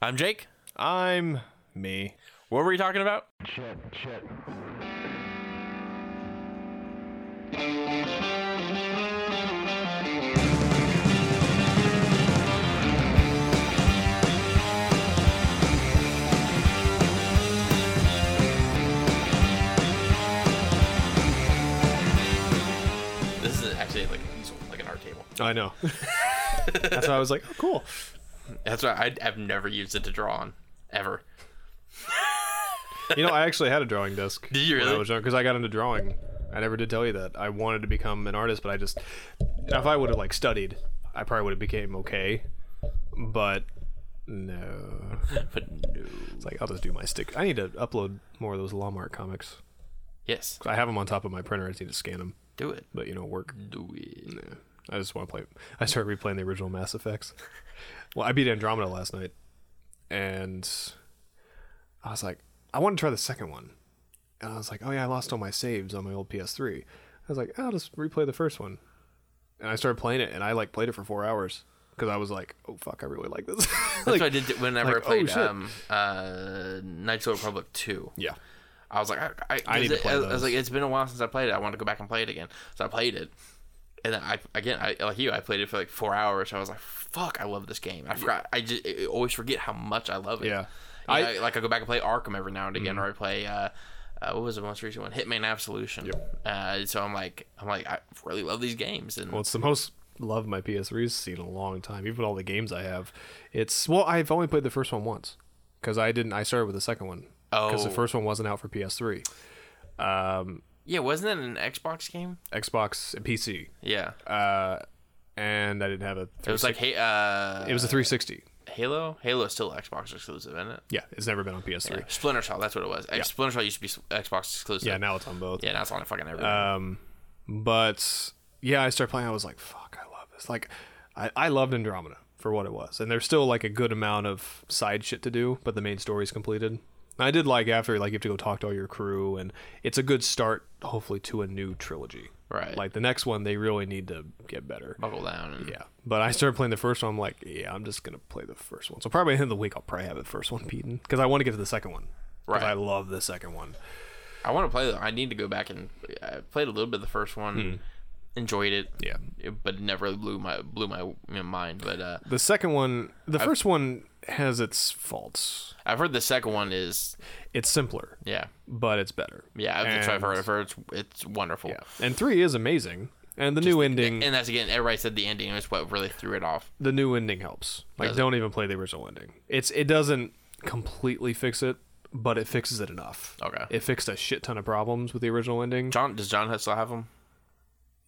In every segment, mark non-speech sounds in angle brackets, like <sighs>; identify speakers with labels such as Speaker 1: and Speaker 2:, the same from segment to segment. Speaker 1: I'm Jake.
Speaker 2: I'm me.
Speaker 1: What were we talking about?
Speaker 3: Shit, shit.
Speaker 1: This is actually like an easel, like an art table.
Speaker 2: I know. <laughs> That's why I was like, oh, cool.
Speaker 1: That's why I, I've never used it to draw on, ever.
Speaker 2: You know, I actually had a drawing desk.
Speaker 1: Did you
Speaker 2: when
Speaker 1: really?
Speaker 2: I was young because I got into drawing. I never did tell you that I wanted to become an artist, but I just if I would have like studied, I probably would have became okay. But no,
Speaker 1: <laughs> But no.
Speaker 2: it's like I'll just do my stick. I need to upload more of those Lawmart comics.
Speaker 1: Yes,
Speaker 2: I have them on top of my printer. I just need to scan them,
Speaker 1: do it.
Speaker 2: but you know, work.
Speaker 1: Do it.
Speaker 2: Yeah. I just want to play. I started replaying the original
Speaker 1: <laughs>
Speaker 2: Mass Effects. Well, I beat Andromeda last night, and I was like, I want to try the second one. And I was like, oh yeah, I lost all my saves on my old PS3. I was like, I'll just replay the first one. And I started playing it, and I like played it for four hours because I was like, oh fuck, I really like this. <laughs>
Speaker 1: That's
Speaker 2: Like-
Speaker 1: what I did t- whenever
Speaker 2: like,
Speaker 1: I
Speaker 2: oh,
Speaker 1: played
Speaker 2: shit.
Speaker 1: um, uh, Knights of the Republic 2.
Speaker 2: yeah,
Speaker 1: I was like, I, I,
Speaker 2: I need to
Speaker 1: it-
Speaker 2: play
Speaker 1: I, was
Speaker 2: those.
Speaker 1: like, it's been a while since I played it. I want to go back and play it again. So I played it, and then I again, I like you, I played it for like four hours. I was like, fuck, I love this game. I forgot. I just I always forget how much I love it. I,
Speaker 2: Yeah. I- Mm-hmm.
Speaker 1: like I go back and play Arkham every now and again, or I play. Uh, uh, what was the most recent one? Hitman Absolution. Uh, so I'm like, I'm like, I really love these games, and
Speaker 2: Well, it's the most love my PS3's seen in a long time, even with all the games I have. It's well, I've only played the first one once because I didn't. I started with the second one because
Speaker 1: Oh.
Speaker 2: the first one wasn't out for PS3,
Speaker 1: yeah, wasn't it an Xbox game?
Speaker 2: Xbox, and PC,
Speaker 1: Yeah,
Speaker 2: Uh, and I didn't have a.
Speaker 1: it was like, hey, uh,
Speaker 2: it was a 360.
Speaker 1: Halo. Halo is still Xbox exclusive, isn't it?
Speaker 2: Yeah, it's never been on PS3. Yeah,
Speaker 1: Splinter Cell, that's what it was. Splinter Cell used to be s- Xbox exclusive.
Speaker 2: now it's on both.
Speaker 1: Yeah, now it's on fucking everything.
Speaker 2: Um, But yeah, I started playing. I was like, fuck, I love this. Like, I, I loved Andromeda for what it was, and there's still like a good amount of side shit to do, but the main story's completed. And I did like after like you have to go talk to all your crew, and it's a good start, hopefully, to a new trilogy.
Speaker 1: Right.
Speaker 2: Like the next one, they really need to get better.
Speaker 1: Buckle down. And,
Speaker 2: Yeah, but I started playing the first one. I'm like, yeah, I'm just gonna play the first one. So probably in the week, I'll probably have the first one beaten because I want to get to the second one.
Speaker 1: Right.
Speaker 2: 'Cause I love the second one.
Speaker 1: I want to play. I need to go back and I played a little bit of the first one. Enjoyed it.
Speaker 2: Hmm. Yeah.
Speaker 1: It- But it never blew my blew my my mind. But uh,
Speaker 2: The second one, the first one has its faults.
Speaker 1: I've heard the second one is
Speaker 2: It's simpler,
Speaker 1: yeah
Speaker 2: but it's better.
Speaker 1: yeah. That's what I've
Speaker 2: And-
Speaker 1: heard. I've heard it's it's wonderful.
Speaker 2: Yeah, and three is amazing, and the new ending,
Speaker 1: And that's again, everybody said the ending was what really threw it off.
Speaker 2: the new ending helps. Like,
Speaker 1: Does it?
Speaker 2: don't even play the original ending. It's it doesn't completely fix it, but it fixes it enough.
Speaker 1: Okay.
Speaker 2: it fixed a shit ton of problems with the original ending.
Speaker 1: John does John still have them?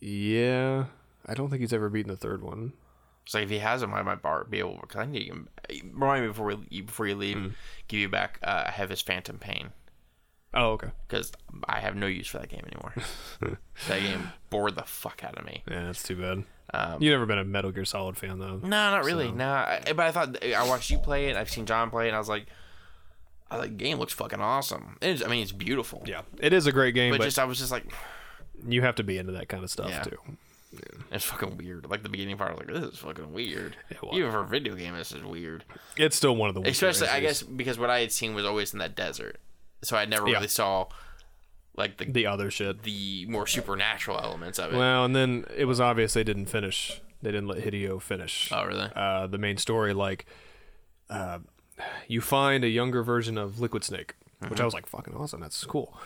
Speaker 2: Yeah, I don't think he's ever beaten the third one.
Speaker 1: So if he has them, I might bar- be able because I need him. Remind me before we, you- before you
Speaker 2: Hmm.
Speaker 1: leave, give you back. Uh, I have his Phantom Pain.
Speaker 2: Oh, okay.
Speaker 1: because I have no use for that game
Speaker 2: <laughs>
Speaker 1: anymore. that game bored the fuck out of me.
Speaker 2: Yeah, that's too bad.
Speaker 1: Um,
Speaker 2: You've never been a Metal Gear Solid fan, though.
Speaker 1: No, not really. No, I, but I thought I watched you play it. I've seen John play it. and I was like, I was like game looks fucking awesome. It is, I mean, it's beautiful.
Speaker 2: Yeah, it is a great game,
Speaker 1: But,
Speaker 2: but,
Speaker 1: just I was just like,
Speaker 2: you have to be into that kind of stuff
Speaker 1: Yeah.
Speaker 2: too.
Speaker 1: it's fucking weird. Like the beginning part, I was like, this is fucking weird.
Speaker 2: was.
Speaker 1: Even for a video game, this is weird.
Speaker 2: It's still one of the weaker
Speaker 1: Especially, I
Speaker 2: entries.
Speaker 1: guess, because what I had seen was always in that desert, so I never
Speaker 2: Yeah.
Speaker 1: really saw like the
Speaker 2: the other shit.
Speaker 1: the more supernatural elements of it.
Speaker 2: Well, and then it was obvious they didn't finish. They didn't let Hideo finish
Speaker 1: oh, really?
Speaker 2: uh, the main story. Like, uh, you find a younger version of Liquid Snake, which I was like, "Fucking awesome! That's cool."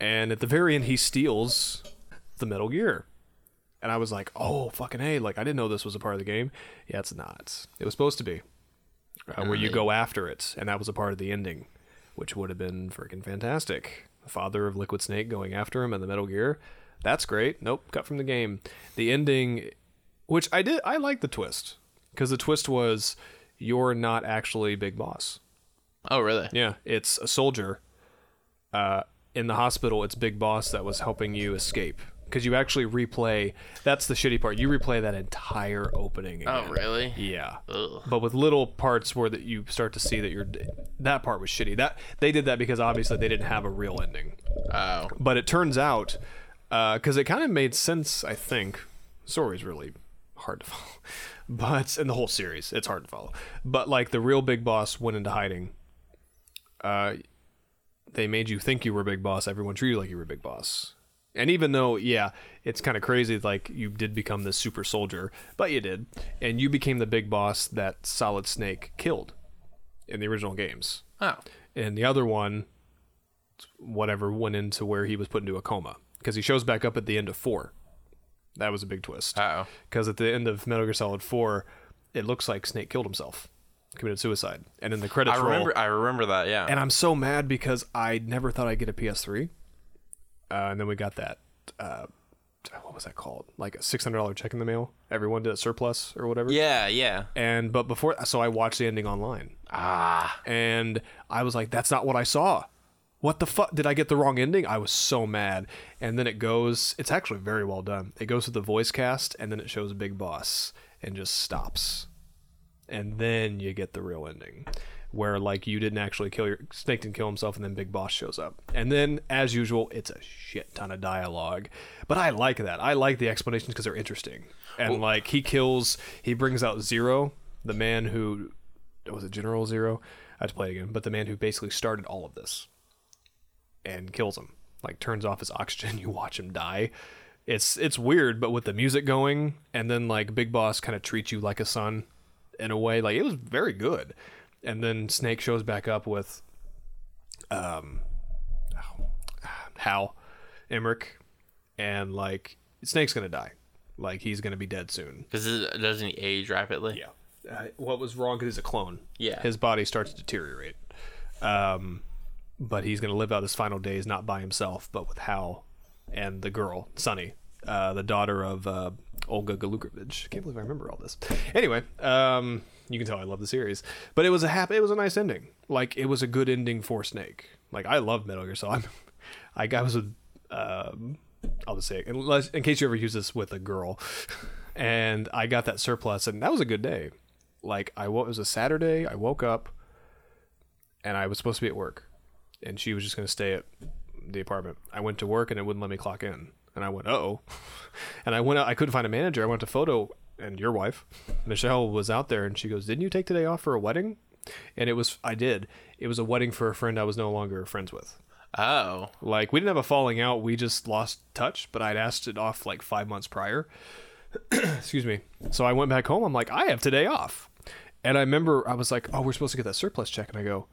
Speaker 2: And at the very end, he steals the Metal Gear, and I was like, "Oh, fucking hey!" Like, I didn't know this was a part of the game. Yeah, it's not. It was supposed to be uh, where you go after it, and that was a part of the ending, which would have been freaking fantastic. The father of Liquid Snake going after him and the Metal Gear. That's great. Nope, cut from the game. The ending, which I did, I like the twist because the twist was you're not actually Big Boss.
Speaker 1: oh, really?
Speaker 2: Yeah, it's a soldier. Uh, in the hospital, it's Big Boss that was helping you escape because you actually replay. That's the shitty part. You replay that entire opening. Again.
Speaker 1: Oh, really?
Speaker 2: Yeah.
Speaker 1: Ugh.
Speaker 2: But with little parts where that you start to see that you're that part was shitty. That they did that because obviously they didn't have a real ending.
Speaker 1: Oh.
Speaker 2: uh, But it turns out because it kind of made sense, I think. Story's really hard to <laughs> follow. But in the whole series, it's hard to follow. But like the real big boss went into hiding. Uh, they made you think you were big boss. Everyone treated you like you were big boss. And even though, yeah, it's kind of crazy, like you did become this super soldier, but you did, and you became the big boss that Solid Snake killed in the original games.
Speaker 1: Oh,
Speaker 2: And the other one, whatever, went into where he was put into a coma because he shows back up at the end of four. That was a big twist
Speaker 1: oh,
Speaker 2: because at the end of Metal Gear Solid Four, it looks like Snake killed himself, committed suicide, and in the credits
Speaker 1: I
Speaker 2: roll-
Speaker 1: remember. I remember that. Yeah.
Speaker 2: and I'm so mad because I never thought I'd get a PS3, uh, and then we got that. Uh, what was that called? Like a six hundred dollar check in the mail. Everyone did a surplus or whatever.
Speaker 1: yeah. Yeah.
Speaker 2: And but before, so I watched the ending online,
Speaker 1: Ah.
Speaker 2: and I was like, "That's not what I saw." What the fuck? Did I get the wrong ending? I was so mad. And then it goes. It's actually very well done. It goes to the voice cast, and then it shows Big Boss, and just stops. And then you get the real ending, where like you didn't actually kill your Snake didn't kill himself, and then Big Boss shows up. And then, as usual, it's a shit ton of dialogue. But I like that. I like the explanations because they're interesting. And like he kills, he brings out Zero, the man who was it General Zero? I have to play it again, but the man who basically started all of this and kills him, like turns off his <laughs> oxygen. You watch him die. It's it's weird, but with the music going, and then like Big Boss kind of treats you like a son in a way. Like it was very good. And then Snake shows back up with, um, Hal, Emmerich, and like Snake's gonna die. Like he's gonna be dead soon.
Speaker 1: Because doesn't he age rapidly?
Speaker 2: Yeah. Uh, what was wrong? Because he's a clone.
Speaker 1: Yeah.
Speaker 2: His body starts to deteriorate. Um, but he's going to live out his final days not by himself, but with Hal and the girl, Sunny, uh, the daughter of uh, Olga Galukovich. Can't believe I remember all this. Anyway, um, you can tell I love the series, but it was a happy, it was a nice ending. Like it was a good ending for Snake. Like I love Metal Gear, so <laughs> I'm, I, I was with, um, I'll just say it, unless in case you ever use this with a girl, and I got that surplus, and that was a good day. Like I wo- it was a Saturday. I woke up and I was supposed to be at work, and she was just going to stay at the apartment. I went to work and it wouldn't let me clock in, and I went, "Oh," <laughs> and I went out. I couldn't find a manager. I went to photo, and your wife, Michelle, was out there, and she goes, "Didn't you take today off for a wedding?" And it was I did. It was a wedding for a friend I was no longer friends with.
Speaker 1: Oh.
Speaker 2: Like we didn't have a falling out, we just lost touch, but I'd asked it off like 5 months prior. <clears throat> Excuse me. So I went back home. I'm like, "I have today off." And I remember I was like, "Oh, we're supposed to get that surplus check." And I go,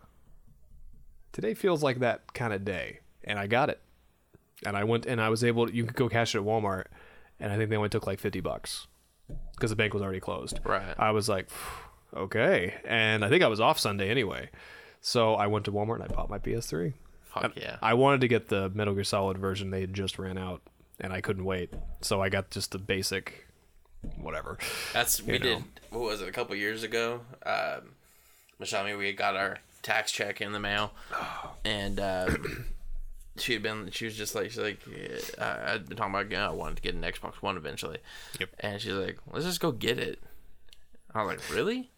Speaker 2: "Today feels like that kind of day." And I got it. And I went and I was able to you could go cash it at Walmart, and I think they only took like 50 bucks because the bank was already closed.
Speaker 1: Right.
Speaker 2: I was like, "Phew, "Okay." And I think I was off Sunday anyway. So I went to Walmart and I bought my PS3.
Speaker 1: Fuck yeah.
Speaker 2: I wanted to get the Metal Gear Solid version they had just ran out, and I couldn't wait, so I got just the basic, whatever.
Speaker 1: That's we
Speaker 2: know.
Speaker 1: did. What was it? A couple years ago, um, Mashami, we had got our tax check in the mail,
Speaker 2: Oh.
Speaker 1: and uh, <clears throat> she had been. She was just like, she's like, uh, I- I'd been talking about. You know, I wanted to get an Xbox One eventually.
Speaker 2: Yep.
Speaker 1: And she's like, let's just go get it. I was like, really?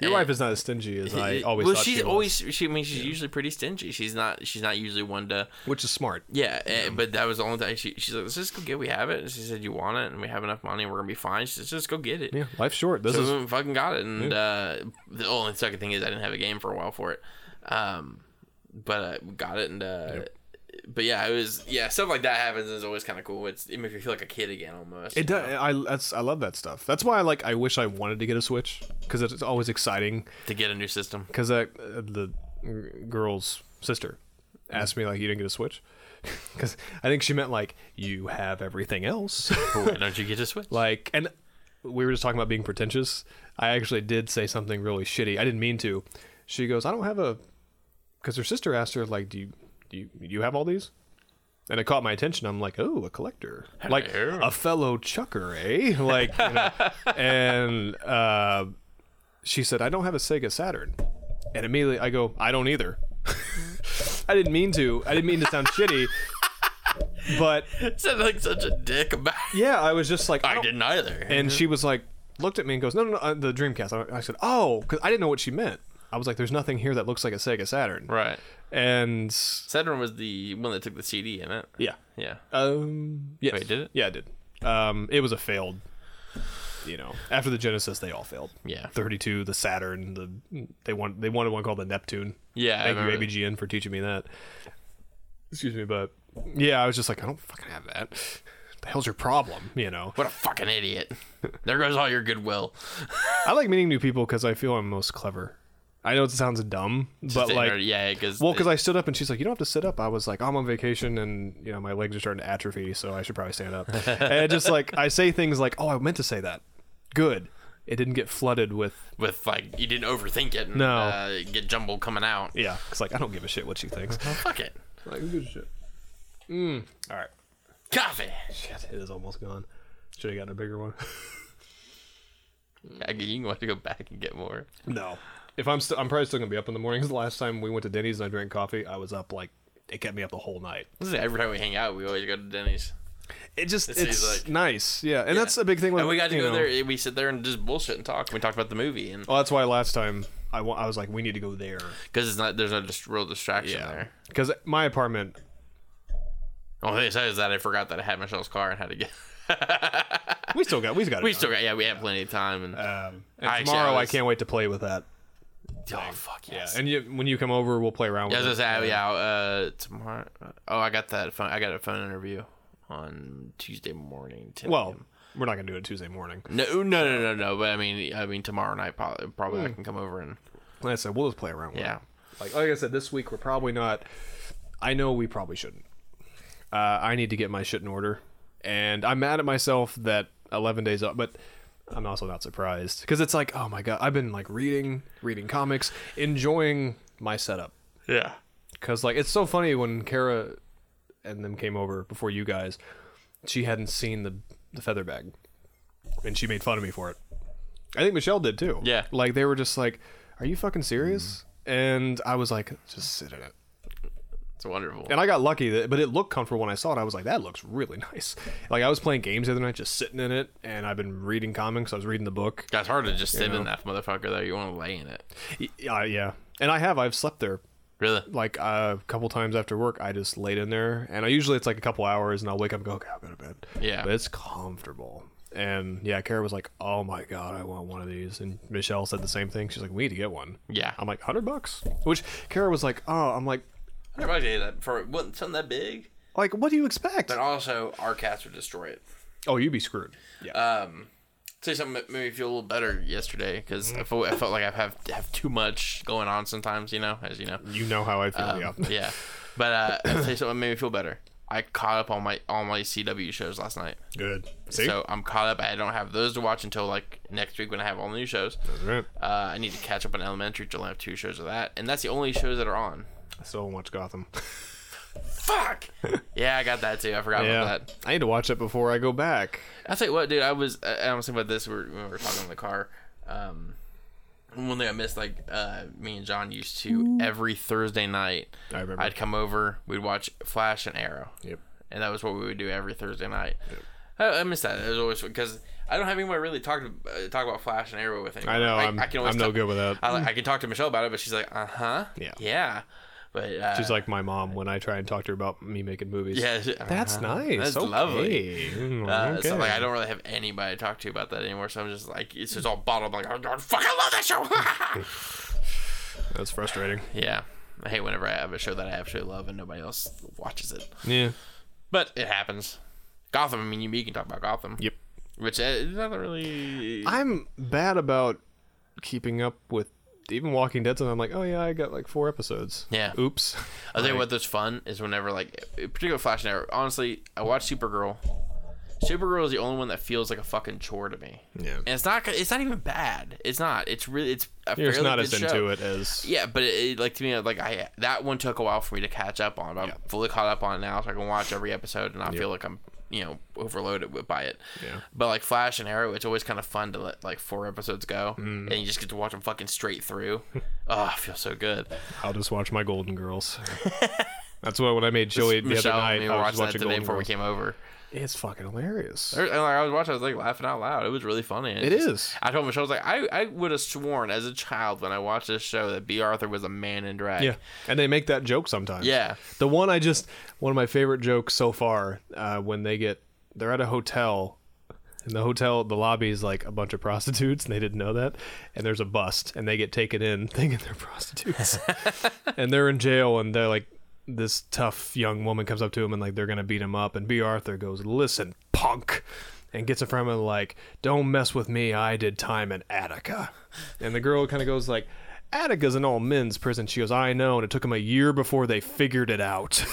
Speaker 2: Your wife is not as stingy as I eh, always
Speaker 1: well,
Speaker 2: thought
Speaker 1: she's
Speaker 2: she was,
Speaker 1: always. She I mean, she's usually pretty stingy. She's not. She's not usually one to.
Speaker 2: which is smart.
Speaker 1: Yeah, eh, but that was the only time she, she's like, let's just go get. We have it. And she said, you want it, and we have enough money, and we're gonna be fine. She says, just go get it.
Speaker 2: Yeah, life's short. This
Speaker 1: So
Speaker 2: is
Speaker 1: we went fucking got it, and uh, the only second thing is I didn't have a game for a while for it, um, but uh, got it, and uh, but yeah, it was yeah stuff like that happens is always kind of cool. It's it makes me feel like a kid again almost.
Speaker 2: it. Does, I that's I love that stuff. That's why I like. I wish I wanted to get a Switch because it's always exciting.
Speaker 1: to get a new system.
Speaker 2: Because uh, the g- girl's sister asked me like, "You didn't get a Switch." <laughs> Because I think she meant like you have everything else. <laughs>
Speaker 1: Why don't you get a <laughs> Switch?
Speaker 2: Like, and we were just talking about being pretentious. I actually did say something really shitty. I didn't mean to. She goes, "I don't have a," because her sister asked her, "Like, do you do you, do you have all these?" And it caught my attention. I'm like, "Oh, a collector, like
Speaker 1: Hello.
Speaker 2: a fellow chucker, eh?" <laughs> Like, you
Speaker 1: <laughs>
Speaker 2: know. and uh, she said, "I don't have a Sega Saturn," and immediately I go, "I don't either." <laughs> I didn't mean to. I didn't mean to
Speaker 1: <laughs>
Speaker 2: sound shitty, but
Speaker 1: It sounded like such a dick about. it.
Speaker 2: yeah, I was just like,
Speaker 1: I
Speaker 2: don't-
Speaker 1: didn't either.
Speaker 2: and she was like, looked at me and goes, "No, no, no uh, the Dreamcast." I, I said, "Oh," because I didn't know what she meant. I was like, "There's nothing here that looks like a Sega Saturn."
Speaker 1: right,
Speaker 2: And
Speaker 1: Saturn was the one that took the CD in it.
Speaker 2: yeah,
Speaker 1: Yeah,
Speaker 2: um, yes.
Speaker 1: Wait, did it?
Speaker 2: Yeah, it did. Um, it was a failed you know, after the Genesis, they all failed.
Speaker 1: Yeah.
Speaker 2: 32, the Saturn, the they want they wanted one called the Neptune.
Speaker 1: Yeah, I
Speaker 2: thank
Speaker 1: remember
Speaker 2: you ABGN for teaching me that. Excuse me, but yeah, I was just like, I don't fucking have that. The hell's your problem? You know,
Speaker 1: What a fucking
Speaker 2: <laughs>
Speaker 1: idiot. there goes all your goodwill.
Speaker 2: I like meeting new people because I feel I'm most clever. I know it sounds dumb, but like,
Speaker 1: yeah, because
Speaker 2: well, because I stood up and she's like, "You don't have to sit up." I was like, "I'm on vacation and you know my legs are starting to atrophy, so I should probably
Speaker 1: <laughs>
Speaker 2: stand up." and it just like I say things like, "Oh, I meant to say that." Good, it didn't get flooded with
Speaker 1: with like you didn't overthink it. And,
Speaker 2: No.
Speaker 1: uh, get jumble coming out.
Speaker 2: yeah. It's like I don't give a shit what she thinks.
Speaker 1: Fuck it.
Speaker 2: like who gives a shit? Mm. All right,
Speaker 1: Coffee.
Speaker 2: shit, it is almost gone. Should have gotten a bigger one. <laughs>
Speaker 1: I, you can have to go back and get more.
Speaker 2: no, if I'm still, I'm probably still gonna be up in the mornings. The last time we went to Denny's and I drank coffee, I was up like it kept me up the whole night.
Speaker 1: This is every time we hang out, we always go to Denny's.
Speaker 2: It just it's,
Speaker 1: It's like-
Speaker 2: nice, yeah, and that's a big thing. With,
Speaker 1: And we got to
Speaker 2: you
Speaker 1: go
Speaker 2: know-
Speaker 1: there. eh, We sit there and just bullshit and talk. We talked about the movie and
Speaker 2: Well, that's why last time I wa- I was like, we need to go there.
Speaker 1: because it's not there's no just real distraction there.
Speaker 2: Because my apartment,
Speaker 1: Only thing I said is that I forgot that I had Michelle's car and had to get. <laughs>
Speaker 2: we still got, we've got.
Speaker 1: We still got yeah, we had plenty of time and
Speaker 2: Um, and
Speaker 1: I actually-
Speaker 2: tomorrow,
Speaker 1: I
Speaker 2: I
Speaker 1: was-
Speaker 2: can't wait to play with that.
Speaker 1: oh fuck yes.
Speaker 2: And you, when you come over, we'll play around
Speaker 1: I
Speaker 2: with
Speaker 1: was
Speaker 2: it.
Speaker 1: gonna say, yeah, uh, tomorrow. Oh, I got that phone. I got a phone interview on Tuesday morning. 10
Speaker 2: Well,
Speaker 1: a.m.
Speaker 2: we're not gonna do it Tuesday morning.
Speaker 1: no, no, no, no, no. But I mean, I mean, tomorrow night probably, probably
Speaker 2: Hmm.
Speaker 1: I can come over and
Speaker 2: Like I said, we'll just play around. With
Speaker 1: yeah.
Speaker 2: It. Like like I said, this week we're probably not. I know we probably shouldn't. Uh, I need to get my shit in order, and I'm mad at myself that 11 days up, but. I'm also not surprised because it's like, oh my god, I've been like reading, reading comics, enjoying my setup.
Speaker 1: Yeah.
Speaker 2: Cause like it's so funny when Kara and them came over before you guys, she hadn't seen the the feather bag, and she made fun of me for it. I think Michelle did too.
Speaker 1: Yeah.
Speaker 2: like they were just like, "Are you fucking serious?" And I was like, "Just sit in it."
Speaker 1: It's wonderful.
Speaker 2: And I got lucky, that, but it looked comfortable when I saw it. I was like, "That looks really <laughs> nice." Like I was playing games the other night, just sitting in it, and I've been reading comics. I was reading the book.
Speaker 1: It's hard to just sit in that motherfucker though. You want to lay in it.
Speaker 2: Yeah, yeah. And I have. I've slept there
Speaker 1: Really?
Speaker 2: like uh, a couple times after work, I just laid in there, and I usually it's like a couple hours, and I'll wake up and go, okay, I'll go to bed.
Speaker 1: Yeah.
Speaker 2: but it's comfortable. And yeah, Kara was like, "Oh my god, I want one of these." And Michelle said the same thing. She's like, "We need to get one."
Speaker 1: Yeah.
Speaker 2: I'm like, hundred bucks." Which Kara was like, "Oh, I'm like,
Speaker 1: Everybody did that for wasn't something that big.
Speaker 2: like what do you expect?"
Speaker 1: But also, our cats would destroy it.
Speaker 2: Oh, you'd be screwed. Yeah,
Speaker 1: Uh, Say something that made me feel a little better yesterday because
Speaker 2: Mm.
Speaker 1: I, felt, I felt like I have have too much going on sometimes. You know, as you know.
Speaker 2: you know how I feel.
Speaker 1: um,
Speaker 2: yeah, <laughs>
Speaker 1: yeah. But uh, <coughs> I'll tell you something that made me feel better. I caught up on my all my CW shows last night,
Speaker 2: good. See,
Speaker 1: so I'm caught up. I don't have those to watch until like next week when I have all the new shows.
Speaker 2: That's right.
Speaker 1: Uh, I need to catch up on Elementary. Till I have two shows of that, and that's the only shows that are on.
Speaker 2: I still don't watch Gotham. <laughs>
Speaker 1: Fuck. yeah, I got that too. I forgot
Speaker 2: yeah,
Speaker 1: about that.
Speaker 2: I need to watch it before I go back.
Speaker 1: I'll tell you what, dude. I was I, I was thinking about this we were- when we were talking in the car. Um, one thing I missed, like uh, me and John used to every Thursday night.
Speaker 2: I remember.
Speaker 1: I'd come over. We'd watch Flash and Arrow.
Speaker 2: Yep.
Speaker 1: and that was what we would do every Thursday night. I, I miss that. It was always because I don't have anyone really talk to uh, talk about Flash and Arrow with anymore.
Speaker 2: I know. I, am I'm no
Speaker 1: talk-
Speaker 2: good with that.
Speaker 1: I, like- I can talk to Michelle about it, but she's like, uh huh,
Speaker 2: Yeah.
Speaker 1: yeah. But uh,
Speaker 2: She's like my mom when I try and talk to her about me making movies.
Speaker 1: yeah, she-
Speaker 2: That's
Speaker 1: uh-huh.
Speaker 2: nice.
Speaker 1: That's
Speaker 2: okay.
Speaker 1: lovely.
Speaker 2: Mm,
Speaker 1: Uh, So
Speaker 2: okay.
Speaker 1: like, I don't really have anybody to talk to about that anymore. So I'm just like, it's just all bottled. Like, oh god, fuck, I love that
Speaker 2: <laughs>
Speaker 1: show. <laughs>
Speaker 2: That's frustrating.
Speaker 1: yeah, I hate whenever I have a show that I absolutely love and nobody else watches it.
Speaker 2: Yeah.
Speaker 1: But it happens. Gotham. I mean, you, you can talk about Gotham.
Speaker 2: Yep.
Speaker 1: Which uh, is not really.
Speaker 2: I'm bad about keeping up with even Walking Dead. And I'm like, oh yeah, I got like four episodes.
Speaker 1: Yeah.
Speaker 2: Oops.
Speaker 1: I'll tell you what, that's fun is whenever like, particular Flash and Arrow. Honestly, I watch Supergirl. Supergirl is the only one that feels like a fucking chore to me,
Speaker 2: <laughs> Yeah.
Speaker 1: and it's not. It's not even bad. It's not. It's really. It's a
Speaker 2: You're just
Speaker 1: fairly
Speaker 2: not
Speaker 1: good
Speaker 2: as into
Speaker 1: show.
Speaker 2: it as.
Speaker 1: Yeah, but it, it- like to me, like I that one took a while for me to catch up on. But I'm fully caught up on it now, so I can watch every episode and I feel like I'm you know overloaded with, by it.
Speaker 2: Yeah.
Speaker 1: But like Flash and Arrow, it's always kind of fun to let like four episodes go,
Speaker 2: Mm.
Speaker 1: and you just get to watch them fucking straight
Speaker 2: <laughs>
Speaker 1: through. oh, I feel so good.
Speaker 2: I'll just watch my
Speaker 1: <laughs>
Speaker 2: Golden Girls. That's why when I made Joey the other
Speaker 1: Michelle
Speaker 2: night,
Speaker 1: and me were
Speaker 2: I
Speaker 1: watching
Speaker 2: was
Speaker 1: that
Speaker 2: watching
Speaker 1: today
Speaker 2: Golden
Speaker 1: before we
Speaker 2: Girls.
Speaker 1: came over.
Speaker 2: It's fucking hilarious.
Speaker 1: And, like, I was watching, I was like laughing out loud. It was really funny.
Speaker 2: It
Speaker 1: It is.
Speaker 2: is.
Speaker 1: I told Michelle, I was like, I, I would have sworn as a child when I watched this show that B. Arthur was a man in drag.
Speaker 2: Yeah, and they make that joke sometimes.
Speaker 1: Yeah.
Speaker 2: The one I just one of my favorite jokes so far uh, when they get they're at a hotel And the hotel, the lobby is like a bunch of prostitutes, and they didn't know that. And there's a bust, and they get taken in <laughs> thinking they're prostitutes. and they're in jail, and they're like, this tough young woman comes up to him, and like, they're going to beat him up. And B. Arthur goes, Listen, punk. And gets in front of him, like, Don't mess with me. I did time in Attica. And the girl kind of goes, like, Attica's an all men's prison. She goes, I know. And it took them a year before they figured it out.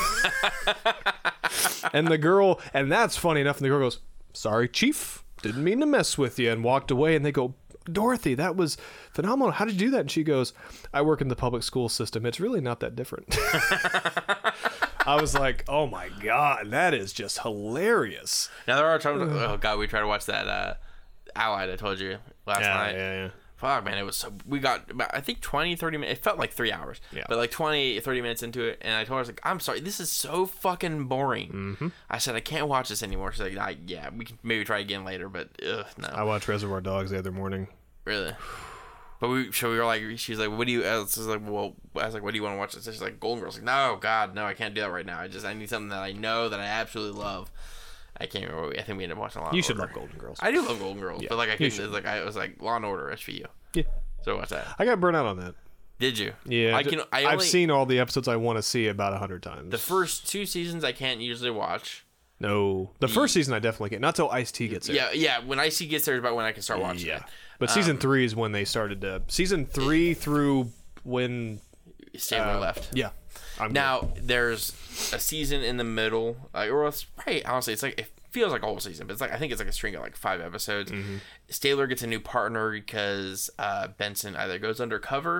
Speaker 2: and the girl, and that's funny enough. And the girl goes, "Sorry, Chief, didn't mean to mess with you," and walked away. And they go, "Dorothy, that was phenomenal. How did you do that?" And she goes, "I work in the public school system. It's really not that different." <laughs> I was like, "Oh my god, that is just hilarious!"
Speaker 1: Now there are times. Oh god, we tried to watch that uh, Allied. I told you last night.
Speaker 2: yeah.
Speaker 1: Fuck man, it was so we got about, I think 20, 30 minutes. It felt like three hours,
Speaker 2: Yeah.
Speaker 1: but like 20, 30 minutes into it, and I told her I was like, "I'm sorry, this is so fucking boring."
Speaker 2: Mm-hmm.
Speaker 1: I said I can't watch this anymore. She's like, I, "Yeah, we can maybe try again later, but ugh, no,
Speaker 2: I watched Reservoir Dogs the other morning.
Speaker 1: really." <sighs> But we so we were like, she's like, "What do you?" I was just like, "Well," I was like, "What do you want to watch?" This she's like, "Golden Girls." Like, no, God, no, I can't do that right now. I just I need something that I know that I absolutely love. I can't remember. what we- I think we ended up watching a lot.
Speaker 2: You should love Golden Girls.
Speaker 1: I do love Golden Girls, but like I
Speaker 2: you
Speaker 1: couldn't. Like I was like Law and Order SVU.
Speaker 2: yeah.
Speaker 1: So what's that?
Speaker 2: I got burnt out on that.
Speaker 1: Did you?
Speaker 2: Yeah,
Speaker 1: I can. I
Speaker 2: have
Speaker 1: only-
Speaker 2: seen all the episodes I want to see about a hundred times.
Speaker 1: the first two seasons. I can't usually watch.
Speaker 2: no, the first season I definitely get. Not till Ice T gets there.
Speaker 1: Yeah, yeah. When I see gets there is about when I can start watching.
Speaker 2: Yeah. But
Speaker 1: Um,
Speaker 2: season three is when they started to. Season three through when.
Speaker 1: it.
Speaker 2: Um,
Speaker 1: Stanley left.
Speaker 2: Yeah. I'm
Speaker 1: Now there's a season in the middle, like, or it's probably honestly, it's like it feels like a whole season, but it's like I think it's like a string of like five episodes.
Speaker 2: Mm-hmm.
Speaker 1: Staler gets a new partner because uh, Benson either goes undercover,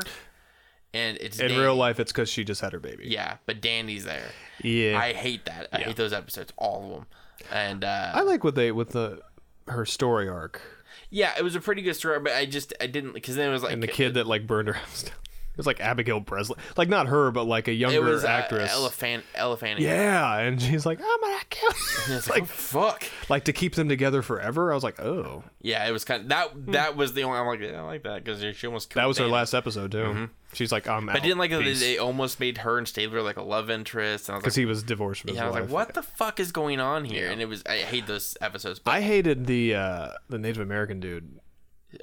Speaker 1: and it's
Speaker 2: in
Speaker 1: Dan-
Speaker 2: real life, it's because she just had her baby.
Speaker 1: Yeah, but Danny's there.
Speaker 2: Yeah.
Speaker 1: I hate that. I hate those episodes, all of them. And uh,
Speaker 2: I like what they with the her story arc
Speaker 1: yeah, it was a pretty good story, but I just I didn't because then it was like
Speaker 2: and the kid that like burned her <laughs> house down. It was like Abigail Breslin, like not her, but like a
Speaker 1: it
Speaker 2: younger
Speaker 1: was
Speaker 2: actress.
Speaker 1: actress. Uh, elephant, elephant.
Speaker 2: yeah, and she's like, "Oh, "I'm gonna kill."
Speaker 1: <laughs>
Speaker 2: you."
Speaker 1: It's like, oh, fuck.
Speaker 2: like to keep them together forever. I was like, "Oh,
Speaker 1: Yeah, it was kind of that. That was the only. I'm like, I don't like that because she almost.
Speaker 2: that
Speaker 1: killed
Speaker 2: was her
Speaker 1: Thanos.
Speaker 2: last episode too." She's like, "I'm." Out.
Speaker 1: I didn't like that they,
Speaker 2: because
Speaker 1: they almost made her and Stabler like a love interest, and I was like,
Speaker 2: he was divorced from his
Speaker 1: yeah, I was
Speaker 2: wife.
Speaker 1: like, what the fuck is going on here? And it was. I hate those episodes. But
Speaker 2: I hated the uh, the Native American dude.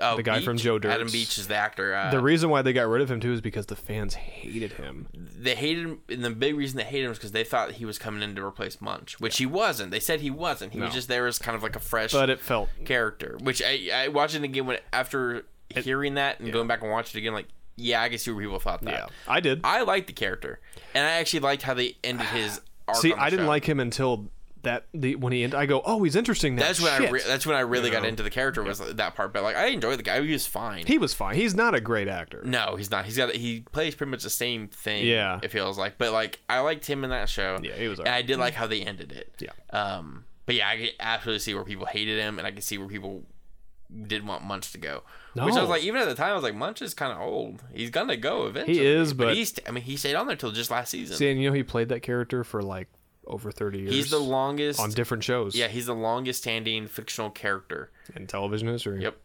Speaker 1: oh,
Speaker 2: the guy
Speaker 1: Beach,
Speaker 2: from Joe Dirt's-
Speaker 1: Adam Beach is the actor. Uh,
Speaker 2: The reason why they got rid of him too is because the fans hated him.
Speaker 1: they hated him, and the big reason they hated him is because they thought he was coming in to replace Munch, which he wasn't. They said he wasn't. He was just there as kind of like a fresh.
Speaker 2: But it felt
Speaker 1: character, which I, I watching it again when after hearing that and going back and watching it again, like yeah, I can see where people thought that.
Speaker 2: yeah, I did.
Speaker 1: I liked the character, and I actually liked how they ended
Speaker 2: <sighs>
Speaker 1: his arc.
Speaker 2: See,
Speaker 1: on the
Speaker 2: I didn't
Speaker 1: show.
Speaker 2: like him until that the when he end. I go, oh, he's interesting now.
Speaker 1: That's when
Speaker 2: Shit.
Speaker 1: I re- that's when I really got into the character was that part, but like I enjoyed the guy. He was fine.
Speaker 2: he was fine. He's not a great actor.
Speaker 1: no, he's not. He's got he plays pretty much the same thing.
Speaker 2: Yeah.
Speaker 1: it feels like. But like I liked him in that show.
Speaker 2: Yeah, he was
Speaker 1: And I
Speaker 2: alright.
Speaker 1: did like how they ended it.
Speaker 2: Yeah.
Speaker 1: Um. But yeah, I could absolutely see where people hated him, and I could see where people didn't want Munch to go. Which I
Speaker 2: No.
Speaker 1: was like, even at the time, I was like, Munch is kind of old. He's gonna go eventually.
Speaker 2: is, but-
Speaker 1: he's. I mean, he stayed on there till just last season.
Speaker 2: See, and you know he played that character for like over thirty years.
Speaker 1: he's the longest.
Speaker 2: on different shows.
Speaker 1: yeah, he's the longest standing fictional character.
Speaker 2: in television history.
Speaker 1: Yep.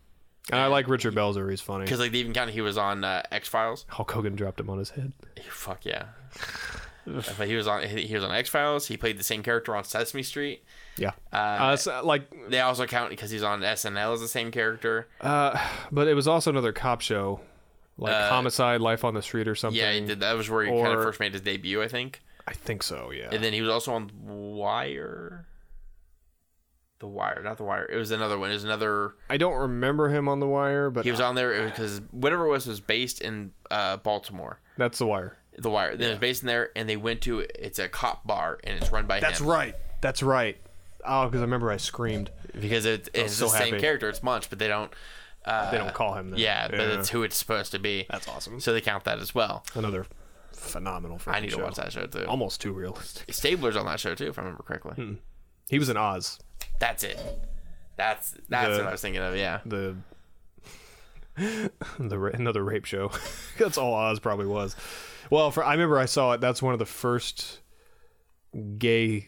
Speaker 2: And I like Richard Belzer. He's funny.
Speaker 1: Because like they even counted he was on uh, X Files.
Speaker 2: Hulk Hogan dropped him on his head.
Speaker 1: Fuck yeah. but he was on he he was on X Files. He played the same character on Sesame Street.
Speaker 2: Yeah. Uh, so, like,
Speaker 1: They also count because he's on SNL as the same character.
Speaker 2: but it was also another cop show, like Homicide, Life on the Street, or something.
Speaker 1: Uh, yeah, he did. That was where he kind
Speaker 2: or-
Speaker 1: of first made his debut, I think.
Speaker 2: I think so. Yeah.
Speaker 1: And then he was also on Wire. The Wire, not the Wire. It was another one. It was another.
Speaker 2: I don't remember him on The Wire, but
Speaker 1: He was on there because whatever it was was based in uh, Baltimore.
Speaker 2: that's The Wire.
Speaker 1: The Wire. Then it was based in there, and they went to it's a cop bar, and it's run by
Speaker 2: That's
Speaker 1: him.
Speaker 2: right. That's right. Oh, because I remember I screamed.
Speaker 1: because it, it's
Speaker 2: so
Speaker 1: the same
Speaker 2: happy.
Speaker 1: character. It's Munch, but they don't. Uh,
Speaker 2: They don't call him that.
Speaker 1: Yeah, but it's who it's supposed to be.
Speaker 2: That's awesome.
Speaker 1: So they count that as well.
Speaker 2: another phenomenal.
Speaker 1: I need to watch that show too. Hmm.
Speaker 2: Almost too realistic.
Speaker 1: Stabler's on that show too, if I remember correctly.
Speaker 2: He was in Oz.
Speaker 1: That's it. That's that's
Speaker 2: The-
Speaker 1: what I was thinking of. Yeah.
Speaker 2: The <laughs> the ra- another rape show. <laughs> that's all Oz probably was. Well, for I remember I saw it. That's one of the first gay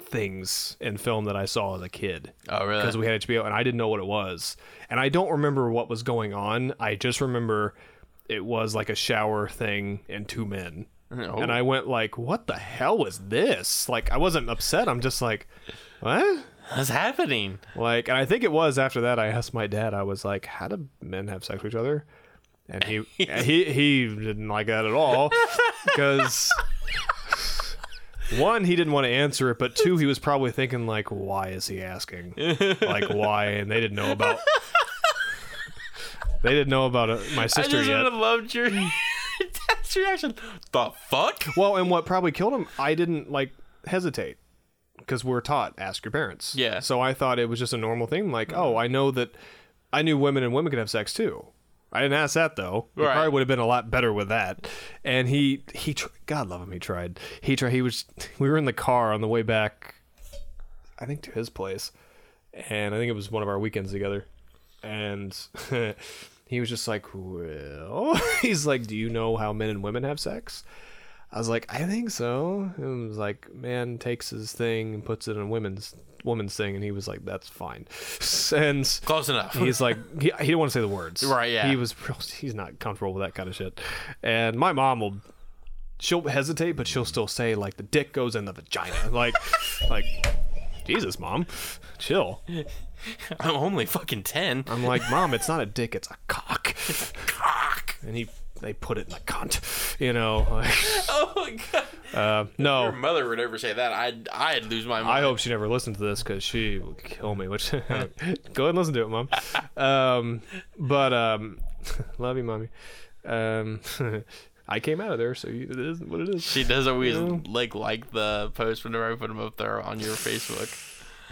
Speaker 2: things in film that I saw as a kid.
Speaker 1: Oh really?
Speaker 2: because we had HBO and I didn't know what it was. And I don't remember what was going on. I just remember it was like a shower thing and two men.
Speaker 1: No.
Speaker 2: And I went like, "What the hell was this?" Like I wasn't upset. I'm just like, "What?"
Speaker 1: What's happening?
Speaker 2: Like, and I think it was after that I asked my dad. I was like, "How do men have sex with each other?" And
Speaker 1: <laughs>
Speaker 2: he he he didn't like that at all because one he didn't want to answer it, but two he was probably thinking like, "Why is he asking? Like, why?" And they didn't
Speaker 1: <laughs>
Speaker 2: know about. They didn't know about uh my
Speaker 1: I
Speaker 2: sister
Speaker 1: just
Speaker 2: yet.
Speaker 1: would have loved your <laughs> dad's reaction. The fuck?
Speaker 2: Well, and what probably killed him, I didn't like hesitate because we're taught ask your parents.
Speaker 1: Yeah. Mm-hmm.
Speaker 2: So I thought it was just a normal thing. Like, oh, I know that I knew women and women could have sex too. I didn't ask that though. It
Speaker 1: Right.
Speaker 2: Probably would have been a lot better with that. And he he tr- God love him. He tried. He tried. He was. We were in the car on the way back. I think to his place, and I think it was one of our weekends together, and. <laughs> He was just like, well, <laughs> he's like, do you know how men and women have sex? I was like, I think so. And it was like, man takes his thing and puts it in a women's woman's thing, and he was like, that's fine. <laughs> And
Speaker 1: Close enough.
Speaker 2: he's like, he, he didn't want to say the words,
Speaker 1: Right, yeah.
Speaker 2: He was real, he's not comfortable with that kind of shit. And my mom will, she'll hesitate, but she'll still say like, the dick goes in the vagina, like, <laughs> like, Jesus, mom, chill.
Speaker 1: <laughs> I'm only fucking <laughs> 10.
Speaker 2: I'm like, mom, it's not a dick, it's a cock.
Speaker 1: <laughs> Cock.
Speaker 2: And he, they put it in the cunt, you know. Like,
Speaker 1: Oh my god.
Speaker 2: uh, no,
Speaker 1: Your mother would ever say that. I'd, I'd lose my
Speaker 2: I
Speaker 1: mind.
Speaker 2: hope she never listened to this because she will kill me.
Speaker 1: <laughs>
Speaker 2: Which <laughs> go ahead and listen to it, mom. Um, but um, <laughs> love you, mommy. Um, <laughs> I came out of there, so you, it is what it is.
Speaker 1: she does always like like the post whenever I put them up there on your Facebook.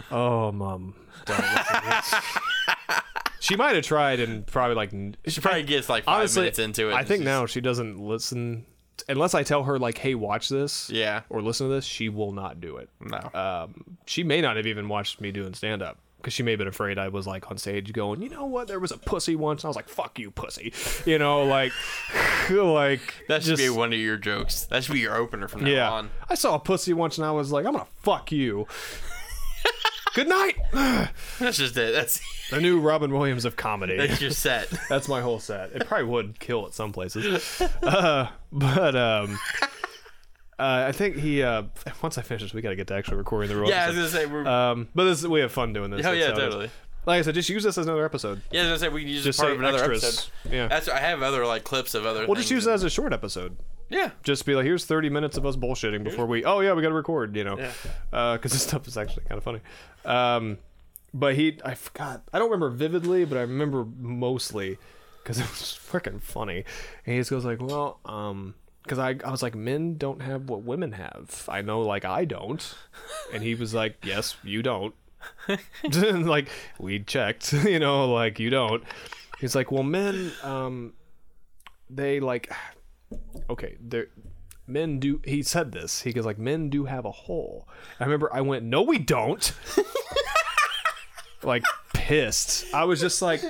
Speaker 2: Oh, mom. Don't listen to this.
Speaker 1: <laughs>
Speaker 2: she might have tried and probably like. n-
Speaker 1: She probably gets like five
Speaker 2: Honestly,
Speaker 1: minutes into it.
Speaker 2: I
Speaker 1: and
Speaker 2: think
Speaker 1: she's-
Speaker 2: now she doesn't listen unless I tell her like, "Hey, watch this."
Speaker 1: Yeah.
Speaker 2: Or listen to this. She will not do it.
Speaker 1: No.
Speaker 2: um, she may not have even watched me doing stand up because she may have been afraid I was like on stage going, you know what, there was a pussy once, and I was like, fuck you, pussy, you know, like, <laughs> like
Speaker 1: that should be one of your jokes. That should be your opener from now
Speaker 2: yeah.
Speaker 1: on. <laughs>
Speaker 2: I saw a pussy once, and I was like, I'm gonna fuck you. <laughs> Good night.
Speaker 1: That's just it. That's
Speaker 2: The new Robin Williams of comedy.
Speaker 1: <laughs> that's your set.
Speaker 2: <laughs> That's my whole set. It probably would kill at some places, uh, but um. Uh, I think he. Uh, once I finish this, we gotta get to actually recording the real.
Speaker 1: Yeah, I was
Speaker 2: episode.
Speaker 1: gonna say we're.
Speaker 2: um, but this we have fun doing this.
Speaker 1: oh
Speaker 2: That's
Speaker 1: yeah,
Speaker 2: how it is.
Speaker 1: totally.
Speaker 2: Like I said, just use this as another episode.
Speaker 1: Yeah, I was gonna say we can use
Speaker 2: Just
Speaker 1: just part
Speaker 2: say
Speaker 1: of another
Speaker 2: extras.
Speaker 1: episode. Uh,
Speaker 2: Yeah.
Speaker 1: That's I have other like clips of other.
Speaker 2: We'll just use it as a short episode.
Speaker 1: Yeah.
Speaker 2: Just be like, here's 30 minutes of us bullshitting before we. Oh yeah, we got to record. You know, because this stuff is actually kind of funny. Um, but he, I forgot. I don't remember vividly, but I remember mostly because <laughs> it was freaking funny. And he just goes like, well, um. Because I, I was like, men don't have what women have. I know, like, I don't. And he was like, yes, you don't. <laughs> like, we checked, <laughs> you know, like, you don't. He's like, well, men, um, they, like, <sighs> okay, there men do he said this. He goes like men do have a hole. I remember I went, "No we don't." <laughs> like pissed. I was just like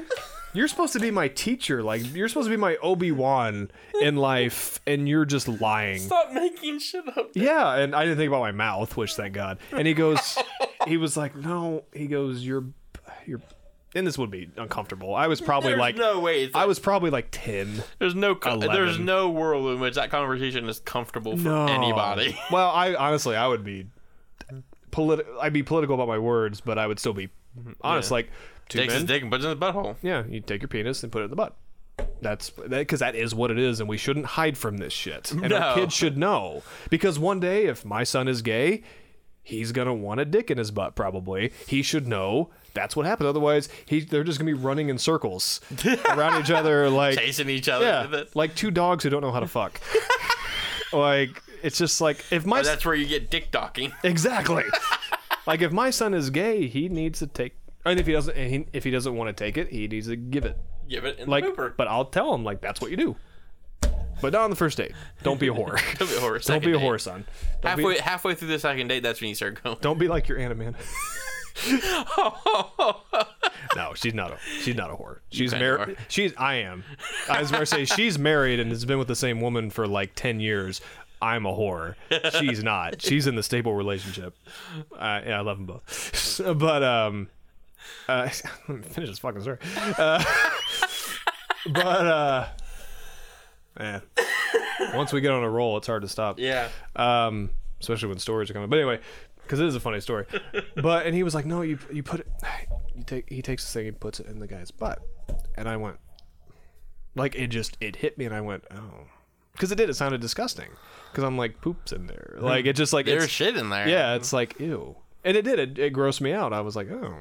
Speaker 2: you're supposed to be my teacher. Like you're supposed to be my Obi-Wan in life and you're just lying.
Speaker 1: Stop making shit up.
Speaker 2: Yeah, and I didn't think about my mouth, which thank God. And
Speaker 1: <laughs>
Speaker 2: he goes, he was like, "No." He goes, "You're, you're," and this would be uncomfortable. I was probably
Speaker 1: There's
Speaker 2: like,
Speaker 1: no way. It's
Speaker 2: I
Speaker 1: like-
Speaker 2: was probably like ten.
Speaker 1: there's no. co- There's
Speaker 2: 11.
Speaker 1: no world in which that conversation is comfortable for
Speaker 2: No.
Speaker 1: <laughs> anybody.
Speaker 2: <laughs> well, I honestly, I would be politi- I'd be political about my words, but I would still be honest. Like two
Speaker 1: Takes his
Speaker 2: men,
Speaker 1: dick and puts it in his butthole.
Speaker 2: yeah, you take your penis and put it in the butt. That's because that is what it is, and we shouldn't hide from this shit. And
Speaker 1: No.
Speaker 2: our kids should know because one day, if my son is gay, he's gonna want a dick in his butt. Probably he should know that's what happened. Otherwise, he they're just gonna be running in circles
Speaker 1: <laughs>
Speaker 2: around each other, like
Speaker 1: Chasing each other. with
Speaker 2: yeah,
Speaker 1: it.
Speaker 2: like two dogs who don't know how to fuck. <laughs> like it's just like if my
Speaker 1: Oh, That's where you get dick docking. <laughs>
Speaker 2: Exactly. like if my son is gay, he needs to take. And if he doesn't, and he, if he doesn't want to take it, he needs to give it.
Speaker 1: Give it in
Speaker 2: Like,
Speaker 1: the pooper.
Speaker 2: but I'll tell him like that's what you do. But not on the first date. Don't be
Speaker 1: <laughs>
Speaker 2: a whore.
Speaker 1: Don't be a whore.
Speaker 2: don't
Speaker 1: Second
Speaker 2: be a
Speaker 1: date.
Speaker 2: whore, son. Don't
Speaker 1: Halfway,
Speaker 2: be,
Speaker 1: halfway through the second date, that's when you start going.
Speaker 2: don't be like your Anna man.
Speaker 1: <laughs>
Speaker 2: <laughs> no, she's not a she's not a whore. She's
Speaker 1: kinda
Speaker 2: married.
Speaker 1: are.
Speaker 2: She's I am. I was going to say she's married and has been with the same woman for like ten years. I'm a whore. She's not. She's in the stable relationship. Uh, yeah, I love them both. but um, uh, <laughs> let me finish this fucking story. Uh, <laughs> but uh, man, once we get on a roll, it's hard to stop
Speaker 1: Yeah.
Speaker 2: um, especially when stories are coming. But anyway, because it is a funny story. But and he was like, "No, you you put it. You take he takes this thing and puts it in the guy's butt." And I went, like it just it hit me, and I went, "Oh," because it did. It sounded disgusting. Because I'm like, "Poops in there." Like it just like
Speaker 1: There's
Speaker 2: it's,
Speaker 1: shit in there.
Speaker 2: yeah, it's like ew. And it did. It, it grossed me out. I was like, "Oh."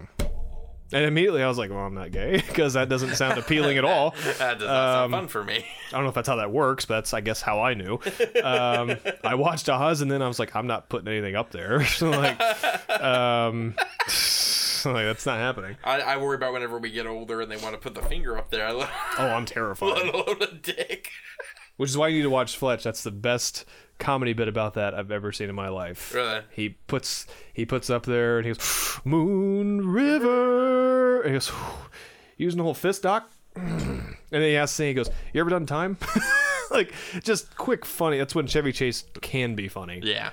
Speaker 2: And immediately I was like, "Well, I'm not gay," <laughs> because that doesn't sound appealing at all.
Speaker 1: That does not
Speaker 2: Um,
Speaker 1: sound fun for me. <laughs>
Speaker 2: I don't know if that's how that works, but that's I guess how I knew. Um, I watched Oz, and then I was like, I'm not putting anything up there. <laughs> so like, um, <laughs> so, like that's not happening.
Speaker 1: I, I worry about whenever we get older and they want to put the finger up there. I <laughs> let,
Speaker 2: Oh, I'm terrified.
Speaker 1: <laughs> let alone a dick.
Speaker 2: Which is why you need to watch Fletch. That's the best comedy bit about that I've ever seen in my life.
Speaker 1: Really?
Speaker 2: He puts he puts up there, and he goes, Moon River. And he goes, using the whole fist, doc. <clears throat> And then he asks, me, he goes, "You ever done time?" <laughs> like just quick funny. That's when Chevy Chase can be funny.
Speaker 1: Yeah.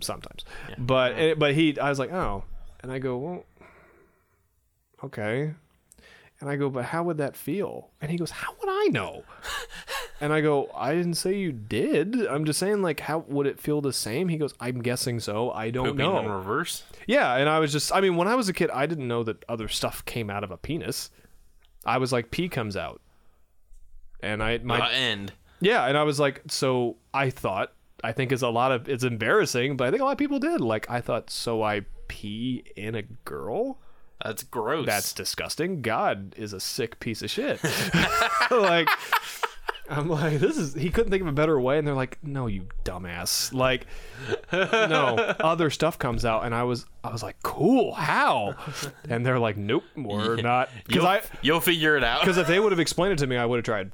Speaker 2: sometimes. But and- but he, I was like, oh, and I go, well, okay, and I go, but how would that feel? And he goes, how would I know? and I go, I didn't say you did. I'm just saying, like, how would it feel the same? He goes, I'm guessing so. I don't know.
Speaker 1: in reverse.
Speaker 2: Yeah, and I was just I mean, when I was a kid, I didn't know that other stuff came out of a penis. I was like pee comes out. And I my
Speaker 1: uh, end.
Speaker 2: yeah, and I was like so I thought I think it's a lot of it's embarrassing, but I think a lot of people did. Like I thought so I pee in a girl?
Speaker 1: That's gross.
Speaker 2: That's disgusting. God is a sick piece of shit. <laughs> like I'm like this is he couldn't think of a better way and they're like no you dumbass. Like no, other stuff comes out and I was I was like cool, how? And they're like nope, we're not cuz
Speaker 1: you'll,
Speaker 2: I
Speaker 1: you'll figure it out.
Speaker 2: cuz if they would have explained it to me, I would have <laughs> tried.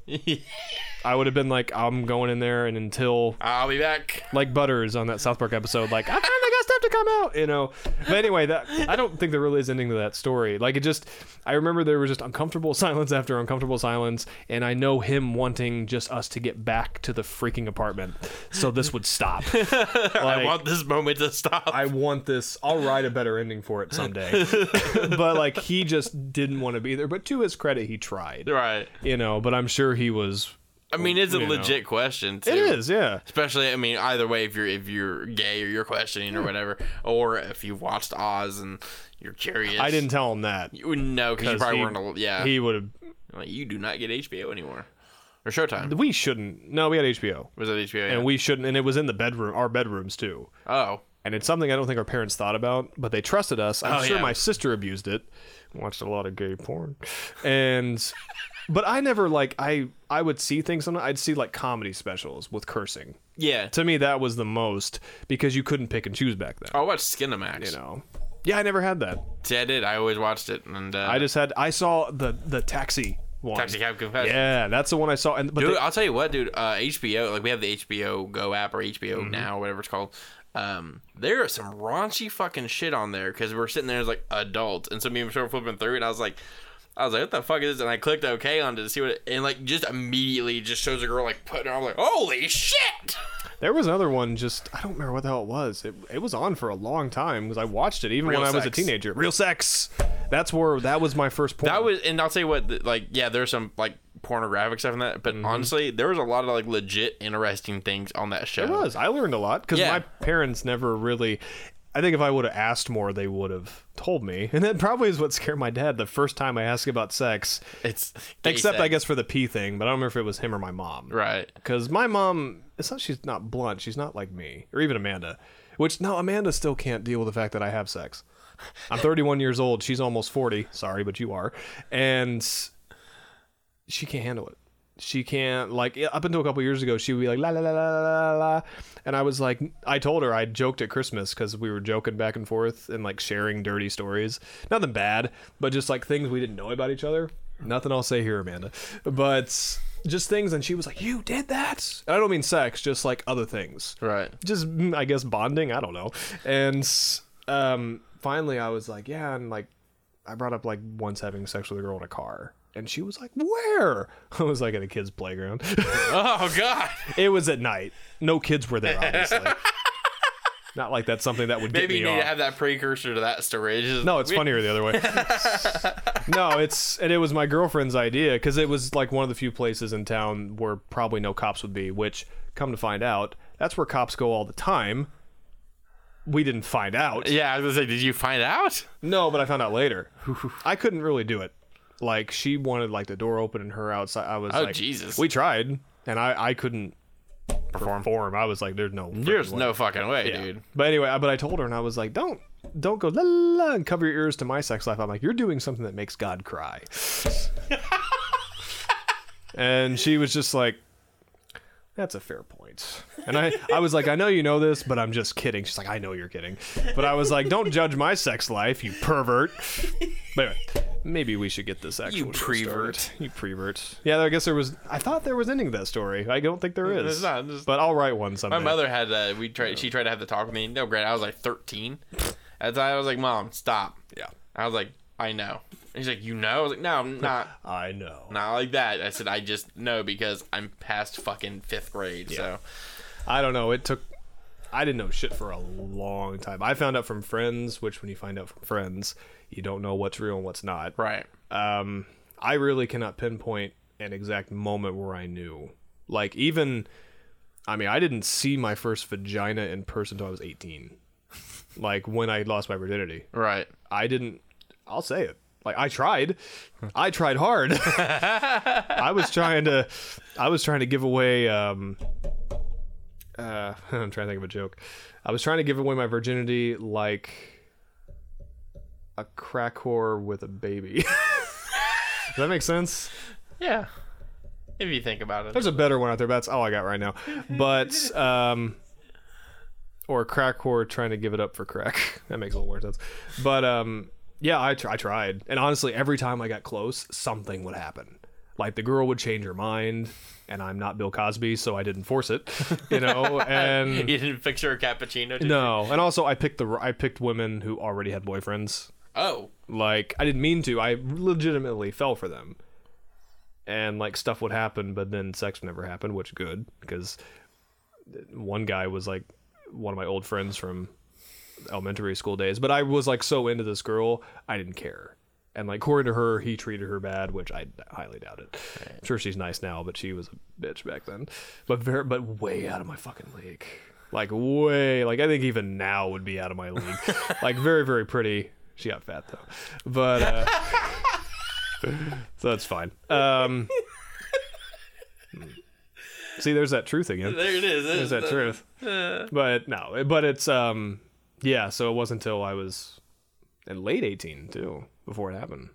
Speaker 2: I would have been like I'm going in there and until
Speaker 1: I'll be back.
Speaker 2: like Butters on that South Park episode. Like, I finally got stuff to come out, you know. But anyway, that I don't think there really is ending to that story. Like, it just, I remember there was just uncomfortable <laughs> silence after uncomfortable silence, and I know him wanting just us to get back to the freaking apartment, so this would <laughs> stop.
Speaker 1: I want this moment to stop. <laughs>
Speaker 2: I want this. I'll write a better ending for it someday. <laughs> but like, he just didn't want to be there. But to his credit, he tried,
Speaker 1: right.
Speaker 2: you know. But I'm sure he was.
Speaker 1: I mean, it's a
Speaker 2: You know.
Speaker 1: legit question. Too.
Speaker 2: It is, yeah.
Speaker 1: Especially, I mean, either way, if you're if you're gay or you're questioning or whatever, or if you've watched Oz and you're curious,
Speaker 2: I didn't tell him that.
Speaker 1: You wouldn't know because you
Speaker 2: 'Cause
Speaker 1: probably
Speaker 2: he-
Speaker 1: weren't. al- Yeah,
Speaker 2: He would have.
Speaker 1: like, you do not get HBO anymore or Showtime.
Speaker 2: We shouldn't. No, we had HBO.
Speaker 1: Was that HBO?
Speaker 2: and
Speaker 1: Yeah.
Speaker 2: we shouldn't and it was in the bedroom our bedrooms too
Speaker 1: oh,
Speaker 2: and it's something i don't think our parents thought about but they trusted us i'm
Speaker 1: Oh,
Speaker 2: sure
Speaker 1: yeah.
Speaker 2: my sister abused it watched a lot of gay porn and but i never like i i would see things sometimes i'd see like comedy specials with cursing
Speaker 1: yeah.
Speaker 2: to me that was the most because you couldn't pick and choose back then
Speaker 1: I watched Skinamax.
Speaker 2: you know yeah i never had that
Speaker 1: See, I did. I always watched it, and uh,
Speaker 2: i just had i saw the the taxi one
Speaker 1: Taxi Cab Confessions.
Speaker 2: yeah that's the one i saw and but
Speaker 1: Dude,
Speaker 2: they-
Speaker 1: I'll tell you what, dude. Uh, HBO, like we have the HBO Go app or HBO
Speaker 2: Mm-hmm.
Speaker 1: Now, whatever it's called. Um, there is some raunchy fucking shit on there because we're sitting there as like adults, and so me and Michelle were flipping through, and I was like, I was like, what the fuck is this? And I clicked OK on it to see what, it, and like just immediately just shows a girl like putting her. I'm like, holy shit! <laughs>
Speaker 2: There was another one. Just I don't remember what the hell it was. It, it was on for a long time because I watched it even
Speaker 1: Real
Speaker 2: when I was a
Speaker 1: sex.
Speaker 2: teenager. Real sex. That's where that was my first porn.
Speaker 1: That was, and I'll tell you what, th- like yeah, there's some like pornographic stuff in that,
Speaker 2: Mm-hmm.
Speaker 1: but honestly, there was a lot of like legit interesting things on that show.
Speaker 2: It was. I learned a lot because
Speaker 1: Yeah.
Speaker 2: my parents never really. I think if I would have asked more, they would have told me, and that probably is what scared my dad the first time I asked about sex.
Speaker 1: It's
Speaker 2: Except
Speaker 1: gay
Speaker 2: I guess for the pee thing, but I don't remember if it was him or my mom.
Speaker 1: sex. right.
Speaker 2: Because my mom, it's not she's not blunt. She's not like me or even Amanda. Which no, Amanda still can't deal with the fact that I have sex. I'm 31 years old. She's almost 40. Sorry, but you are, and she can't handle it. She can't like yeah, up until a couple years ago. She would be like la la la la la la, la, and I was like, I told her I joked at Christmas because we were joking back and forth and like sharing dirty stories. Nothing bad, but just like things we didn't know about each other. Nothing I'll say here, Amanda, but just things. And she was like, "You did that?" And I don't mean sex, just like other things
Speaker 1: Right.
Speaker 2: just mm, I guess bonding. I don't know. And um, finally, I was like, yeah, and like I brought up like once having sex with a girl in a car, and she was like, where? <laughs> I was like at a kid's playground. <laughs>
Speaker 1: Oh god.
Speaker 2: it was at night. No kids were there, obviously.
Speaker 1: <laughs>
Speaker 2: Not like that's something that would
Speaker 1: Maybe
Speaker 2: get
Speaker 1: you
Speaker 2: me
Speaker 1: need
Speaker 2: off.
Speaker 1: to have that precursor to that story. It's just-
Speaker 2: No, it's funnier
Speaker 1: <laughs>
Speaker 2: the other way. no, it's and it was my girlfriend's idea because it was like one of the few places in town where probably no cops would be. Which, come to find out, that's where cops go all the time. we didn't find out.
Speaker 1: Yeah, I was gonna say, did you find out?
Speaker 2: No, but I found out later. I couldn't really do it. Like she wanted like the door open and her outside. I was
Speaker 1: Oh,
Speaker 2: like,
Speaker 1: Jesus.
Speaker 2: We tried, and I I couldn't perform. I was like, there's no freaking
Speaker 1: There's
Speaker 2: way.
Speaker 1: no fucking way,
Speaker 2: Yeah.
Speaker 1: dude.
Speaker 2: But anyway, I, but I told her, and I was like, don't don't go la, la, la, and cover your ears to my sex life. I'm like, you're doing something that makes God cry. and she was just like, that's a fair point. And I I was like, I know you know this, but I'm just kidding. She's like, I know you're kidding. But I was like, don't judge my sex life, you pervert. But anyway, maybe we should get this actual
Speaker 1: You
Speaker 2: show started.
Speaker 1: prevert.
Speaker 2: You prevert. Yeah, I guess there was. I thought there was ending to that story. I don't think there is.
Speaker 1: There's not. There's-
Speaker 2: but I'll write one someday.
Speaker 1: My mother had uh, we tried. She tried to have the talk with me. No, Grant, I was like 13. At the time, I was like, "Mom, stop."
Speaker 2: Yeah.
Speaker 1: I was like, "I know." And he's like, "You know?" I was like, "No, I'm not."
Speaker 2: I know.
Speaker 1: Not like that. I said, I just know because I'm past fucking fifth grade. So
Speaker 2: I don't know. It took. I didn't know shit for a long time. I found out from friends, which when you find out from friends, you don't know what's real and what's not.
Speaker 1: right,
Speaker 2: Um, I really cannot pinpoint an exact moment where I knew. Like even, I mean, I didn't see my first vagina in person until I was eighteen. like when I lost my virginity,
Speaker 1: right.
Speaker 2: I didn't. I'll say it. Like I tried, I tried hard. I was trying to, I was trying to give away. Um, uh, <laughs> I'm trying to think of a joke. I was trying to give away my virginity like a crack whore with a baby. <laughs> Does that make sense?
Speaker 1: Yeah. If you think about it,
Speaker 2: There's a better one out there. But that's all I got right now. But um, or crack whore trying to give it up for crack. <laughs> That makes a little more sense. But um, yeah, I, tr- I tried, and honestly, every time I got close, something would happen. Like the girl would change her mind, and I'm not Bill Cosby, so I didn't force it. You know, and
Speaker 1: <laughs> you didn't fix her a cappuccino. Did You?
Speaker 2: no, and also I picked the r- I picked women who already had boyfriends.
Speaker 1: Oh,
Speaker 2: Like I didn't mean to. I legitimately fell for them, and like stuff would happen, but then sex never happened, which good because one guy was like one of my old friends from elementary school days. But I was like so into this girl, I didn't care. And like according to her, he treated her bad, which I highly doubt it. I'm sure she's nice now, but she was a bitch back then. But very, but way out of my fucking league. Like way, like I think even now would be out of my league. like very, very pretty. She got fat though, but uh, so that's fine. Um, <laughs> hmm. see, there's that truth again.
Speaker 1: there it is.
Speaker 2: Is that truth? But no, but it's um, yeah. So it wasn't until I was in late eighteen too before it happened.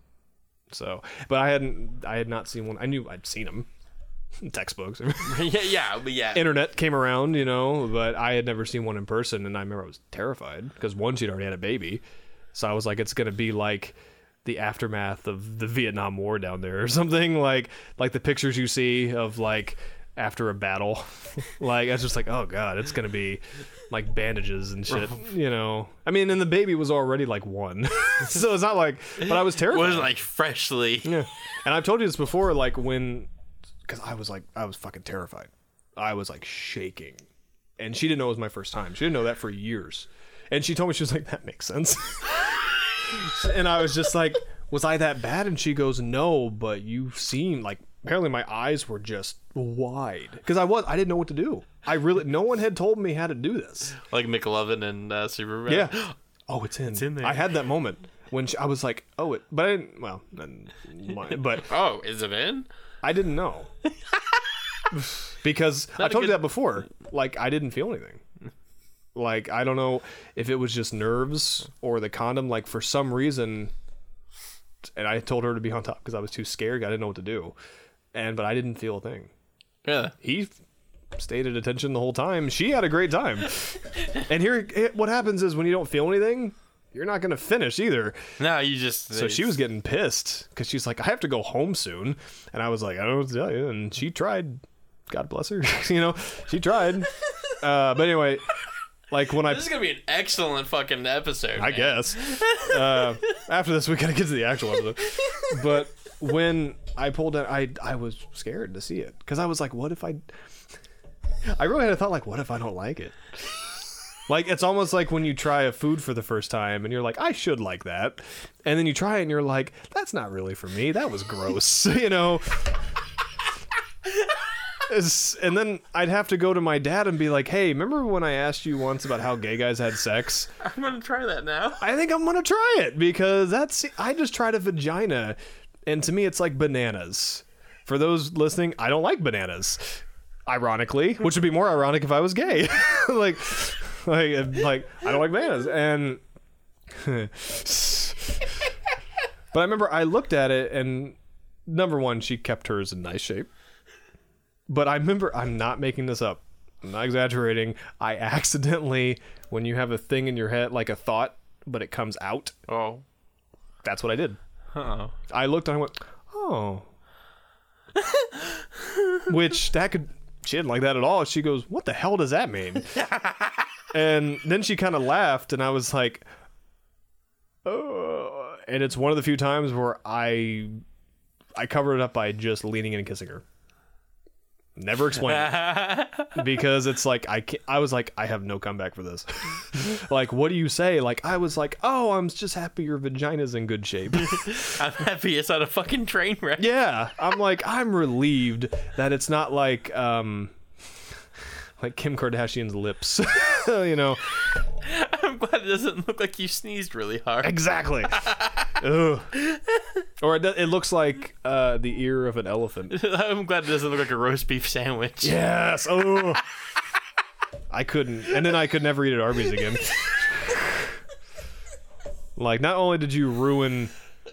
Speaker 2: So, but I hadn't, I had not seen one. I knew I'd seen them, <laughs> textbooks,
Speaker 1: <laughs> yeah, yeah, but yeah.
Speaker 2: <laughs> internet came around, you know. But I had never seen one in person, and I remember I was terrified because one she'd already had a baby, so I was like, it's gonna be like the aftermath of the Vietnam War down there or <laughs> something like like the pictures you see of like after a battle <laughs> like I was just like oh god it's gonna be like bandages and shit you know I mean and the baby was already like one <laughs> so it's not like but I was terrified
Speaker 1: was like freshly.
Speaker 2: yeah. And I've told you this before, like when, because I was like, I was fucking terrified. I was like shaking. And she didn't know it was my first time. She didn't know that for years. And she told me, she was like, that makes sense. <laughs> and I was just like, was I that bad? And she goes, no, but you seem like, apparently my eyes were just wide. Because I was, I didn't know what to do. I really, no one had told me how to do this.
Speaker 1: Like McLovin and uh, Superman.
Speaker 2: Yeah. <gasps> Oh, it's in. It's
Speaker 1: in there.
Speaker 2: I had that moment when she, I was like, oh, it, but I didn't, well, then- <laughs> but
Speaker 1: Oh, is it in?
Speaker 2: I
Speaker 1: <laughs>
Speaker 2: didn't know. because I
Speaker 1: a
Speaker 2: told you
Speaker 1: good-
Speaker 2: that before. Like I didn't feel anything. Like I don't know if it was just nerves or the condom. Like for some reason, and I told her to be on top because I was too scared. I didn't know what to do, and but I didn't feel a thing.
Speaker 1: Yeah.
Speaker 2: He f- stayed at attention the whole time. She had a great
Speaker 1: <laughs>
Speaker 2: time. and here, it- what happens is when you don't feel anything, you're not gonna finish either.
Speaker 1: No, you just.
Speaker 2: So she was getting pissed because she's like, I have to go home soon. And I was like, I don't know what to tell you. And she tried. God bless her. <laughs> you know, she tried. Uh, but anyway, like when
Speaker 1: <laughs>
Speaker 2: I,
Speaker 1: This is gonna be an excellent fucking episode.
Speaker 2: I
Speaker 1: man.
Speaker 2: guess, uh, after this, we got to get to the actual episode. But when I pulled it, I, I was scared to see it because I was like, what if I, I really had a thought like, what if I don't like it? Like it's almost like when you try a food for the first time and you're like, I should like that, and then you try it and you're like, <laughs> that's not really for me. That was gross, you know. It's- and then I'd have to go to my dad and be like, "Hey, remember when I asked you once about how gay guys had sex?
Speaker 1: I'm gonna try that now.
Speaker 2: <laughs> I think I'm gonna try it because that's I just tried a vagina, and to me it's like bananas. For those listening, I don't like bananas. Ironically, which would be more ironic if I was gay. <laughs> like, like, like I don't like bananas, and. <laughs> but I remember I looked at it, and number one, she kept hers in nice shape. But I remember, I'm not making this up. I'm not exaggerating. I accidentally, when you have a thing in your head, like a thought, but it comes out,
Speaker 1: Oh.
Speaker 2: that's what I did.
Speaker 1: Uh-oh. <laughs>
Speaker 2: I looked and I went, oh. Which that could, she didn't like that at all. She goes, what the hell does that mean? and then she kind of laughed, and I was like, oh. And it's one of the few times where I, I covered it up by just leaning in and kissing her. Never explained it. because it's like I can't, I was like I have no comeback for this. like what do you say? Like I was like oh I'm just happy your vagina's in good shape.
Speaker 1: I'm happy it's not a fucking train wreck.
Speaker 2: Yeah, I'm like I'm relieved that it's not like um like Kim Kardashian's lips, <laughs> you know.
Speaker 1: <laughs> I'm glad it doesn't look like you sneezed really hard.
Speaker 2: Exactly. Ugh. Or it, do- it looks like uh the ear of an
Speaker 1: <laughs>
Speaker 2: elephant.
Speaker 1: I'm glad it doesn't look like a roast beef sandwich.
Speaker 2: <laughs> Yes. Oh. I couldn't. And then I could never eat at Arby's again. Like not only did you ruin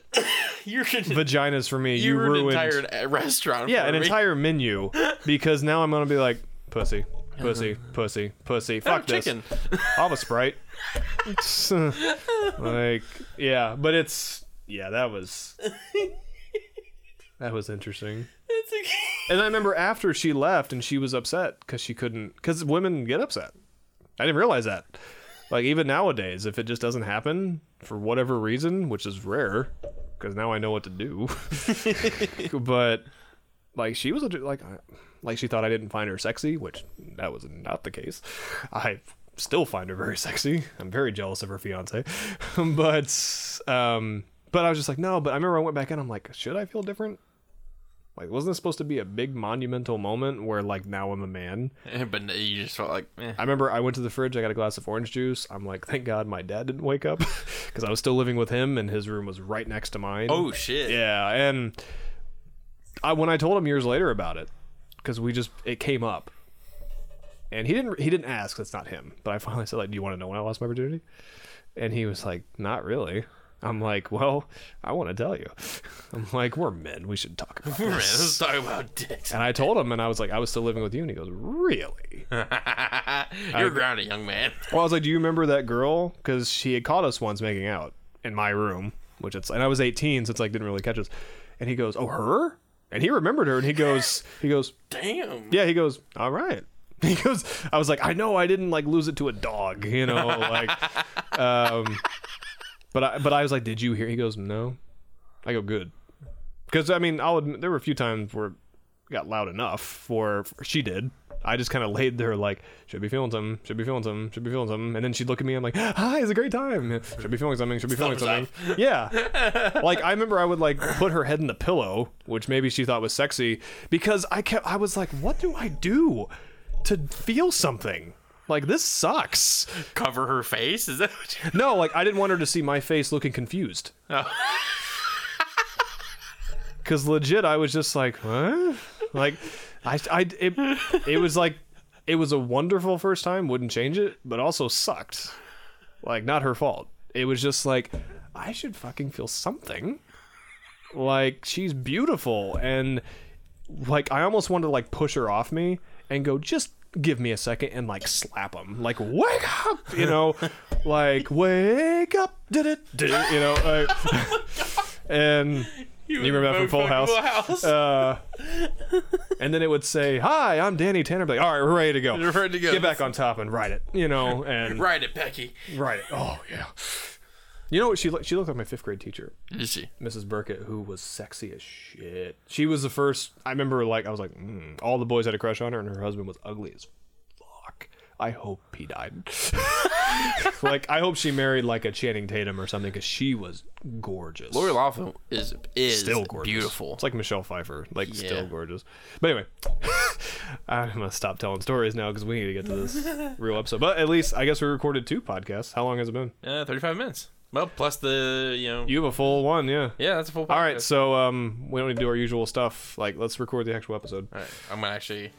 Speaker 1: <laughs> You're gonna,
Speaker 2: vaginas for me, you,
Speaker 1: you ruined an
Speaker 2: ruined
Speaker 1: entire uh, restaurant.
Speaker 2: Yeah,
Speaker 1: for
Speaker 2: an
Speaker 1: me.
Speaker 2: entire menu because now I'm gonna be like pussy, pussy, pussy, pussy.
Speaker 1: Uh-huh. Oh,
Speaker 2: Fuck this.
Speaker 1: chicken.
Speaker 2: I'll have a sprite. <laughs> It's, uh, like yeah, but it's yeah that was that was interesting.
Speaker 1: It's okay. <laughs>
Speaker 2: And I remember after she left and she was upset because she couldn't because women get upset. I didn't realize that. Like even nowadays, if it just doesn't happen for whatever reason, which is rare, because now I know what to do. but like she was a, like I- like she thought I didn't find her sexy, which that was not the case. I still find her very sexy. I'm very jealous of her fiance, <laughs> but um, but I was just like no. But I remember I went back in. I'm like, should I feel different? Like, wasn't this supposed to be a big monumental moment where like now I'm a man?
Speaker 1: Eh, But no, you just felt like, eh.
Speaker 2: I remember I went to the fridge. I got a glass of orange juice. I'm like, thank God my dad didn't wake up <laughs> because I was still living with him, and his room was right next to mine.
Speaker 1: oh shit.
Speaker 2: Yeah, and I when I told him years later about it, because we just it came up, and he didn't he didn't ask. That's not him. But I finally said like, "Do you want to know when I lost my virginity?" And he was like, "Not really." I'm like, "Well, I want to tell you." <laughs> I'm like, "We're men. We should talk
Speaker 1: <laughs>
Speaker 2: about
Speaker 1: Man,
Speaker 2: this."
Speaker 1: let's talk about dicks.
Speaker 2: And I told him, and I was like, "I was still living with you," and he goes, "Really?"
Speaker 1: You're grounded, young man. <laughs>
Speaker 2: Well, I was like, "Do you remember that girl? Because she had caught us once making out in my room, which it's and I was 18, so it's like didn't really catch us." And he goes, "Oh, her?" And he remembered her, and he <laughs> goes, "He goes,
Speaker 1: Damn.
Speaker 2: yeah." He goes, "All right." <laughs> He goes, "I was like, I know I didn't like lose it to a dog, you know, like." Um, but I but I was like, "Did you hear?" He goes, "No." I go, "Good," because I mean, I'll admit there were a few times where it got loud enough for she did. I just kind of laid there like, should be feeling something, should be feeling something, should be feeling something, and then she'd look at me. I'm like, hi, it's a great time. Should be feeling something, should be feeling
Speaker 1: Thumbs
Speaker 2: something. Yeah, like I remember I would like put her head in the pillow, which maybe she thought was sexy because I kept. I was like, what do I do to feel something? Like this sucks.
Speaker 1: Cover her face? Is that what you
Speaker 2: No, like I didn't want her to see my face looking confused.
Speaker 1: Oh.
Speaker 2: <laughs> Cause legit, I was just like, huh? Like, I, I, it, it was like, it was a wonderful first time. Wouldn't change it, but also sucked. Like, not her fault. It was just like, I should fucking feel something. Like, she's beautiful, and like, I almost wanted to like push her off me and go, just give me a second, and like slap him, like wake up, you know, <laughs> like wake up, <laughs> did it, did it, you know, like, <laughs> and. You remember that from
Speaker 1: Oh,
Speaker 2: Full
Speaker 1: <laughs>
Speaker 2: House? Uh, and then it would say, "Hi, I'm Danny Tanner." I'd be like, all right, we're ready to go.
Speaker 1: You're ready to go.
Speaker 2: Get back on top and write it, you know, and
Speaker 1: Right it, Becky.
Speaker 2: write it. Oh yeah. You know what she looked? She looked like my fifth grade teacher,
Speaker 1: Is she?
Speaker 2: Mrs. Burkett, who was sexy as shit. She was the hmm, first. I remember, like, I was like, mm. all the boys had a crush on her, and her husband was ugly as fuck. I hope he died. <laughs> like I hope she married like a Channing Tatum or something because she was gorgeous.
Speaker 1: Lori Laughlin is is
Speaker 2: still gorgeous.
Speaker 1: beautiful.
Speaker 2: It's like Michelle Pfeiffer, like
Speaker 1: Yeah.
Speaker 2: still gorgeous. But anyway, <laughs> I'm gonna stop telling stories now because we need to get to
Speaker 1: <laughs>
Speaker 2: this real episode. But at least I guess we recorded two podcasts. How long has it been?
Speaker 1: Uh, Thirty-five minutes. Well, plus the you know.
Speaker 2: You have a full one, yeah.
Speaker 1: yeah, that's a full. Podcast.
Speaker 2: All right, so um, we don't need to do our usual stuff. Like, let's record the actual episode.
Speaker 1: All right. I'm gonna actually.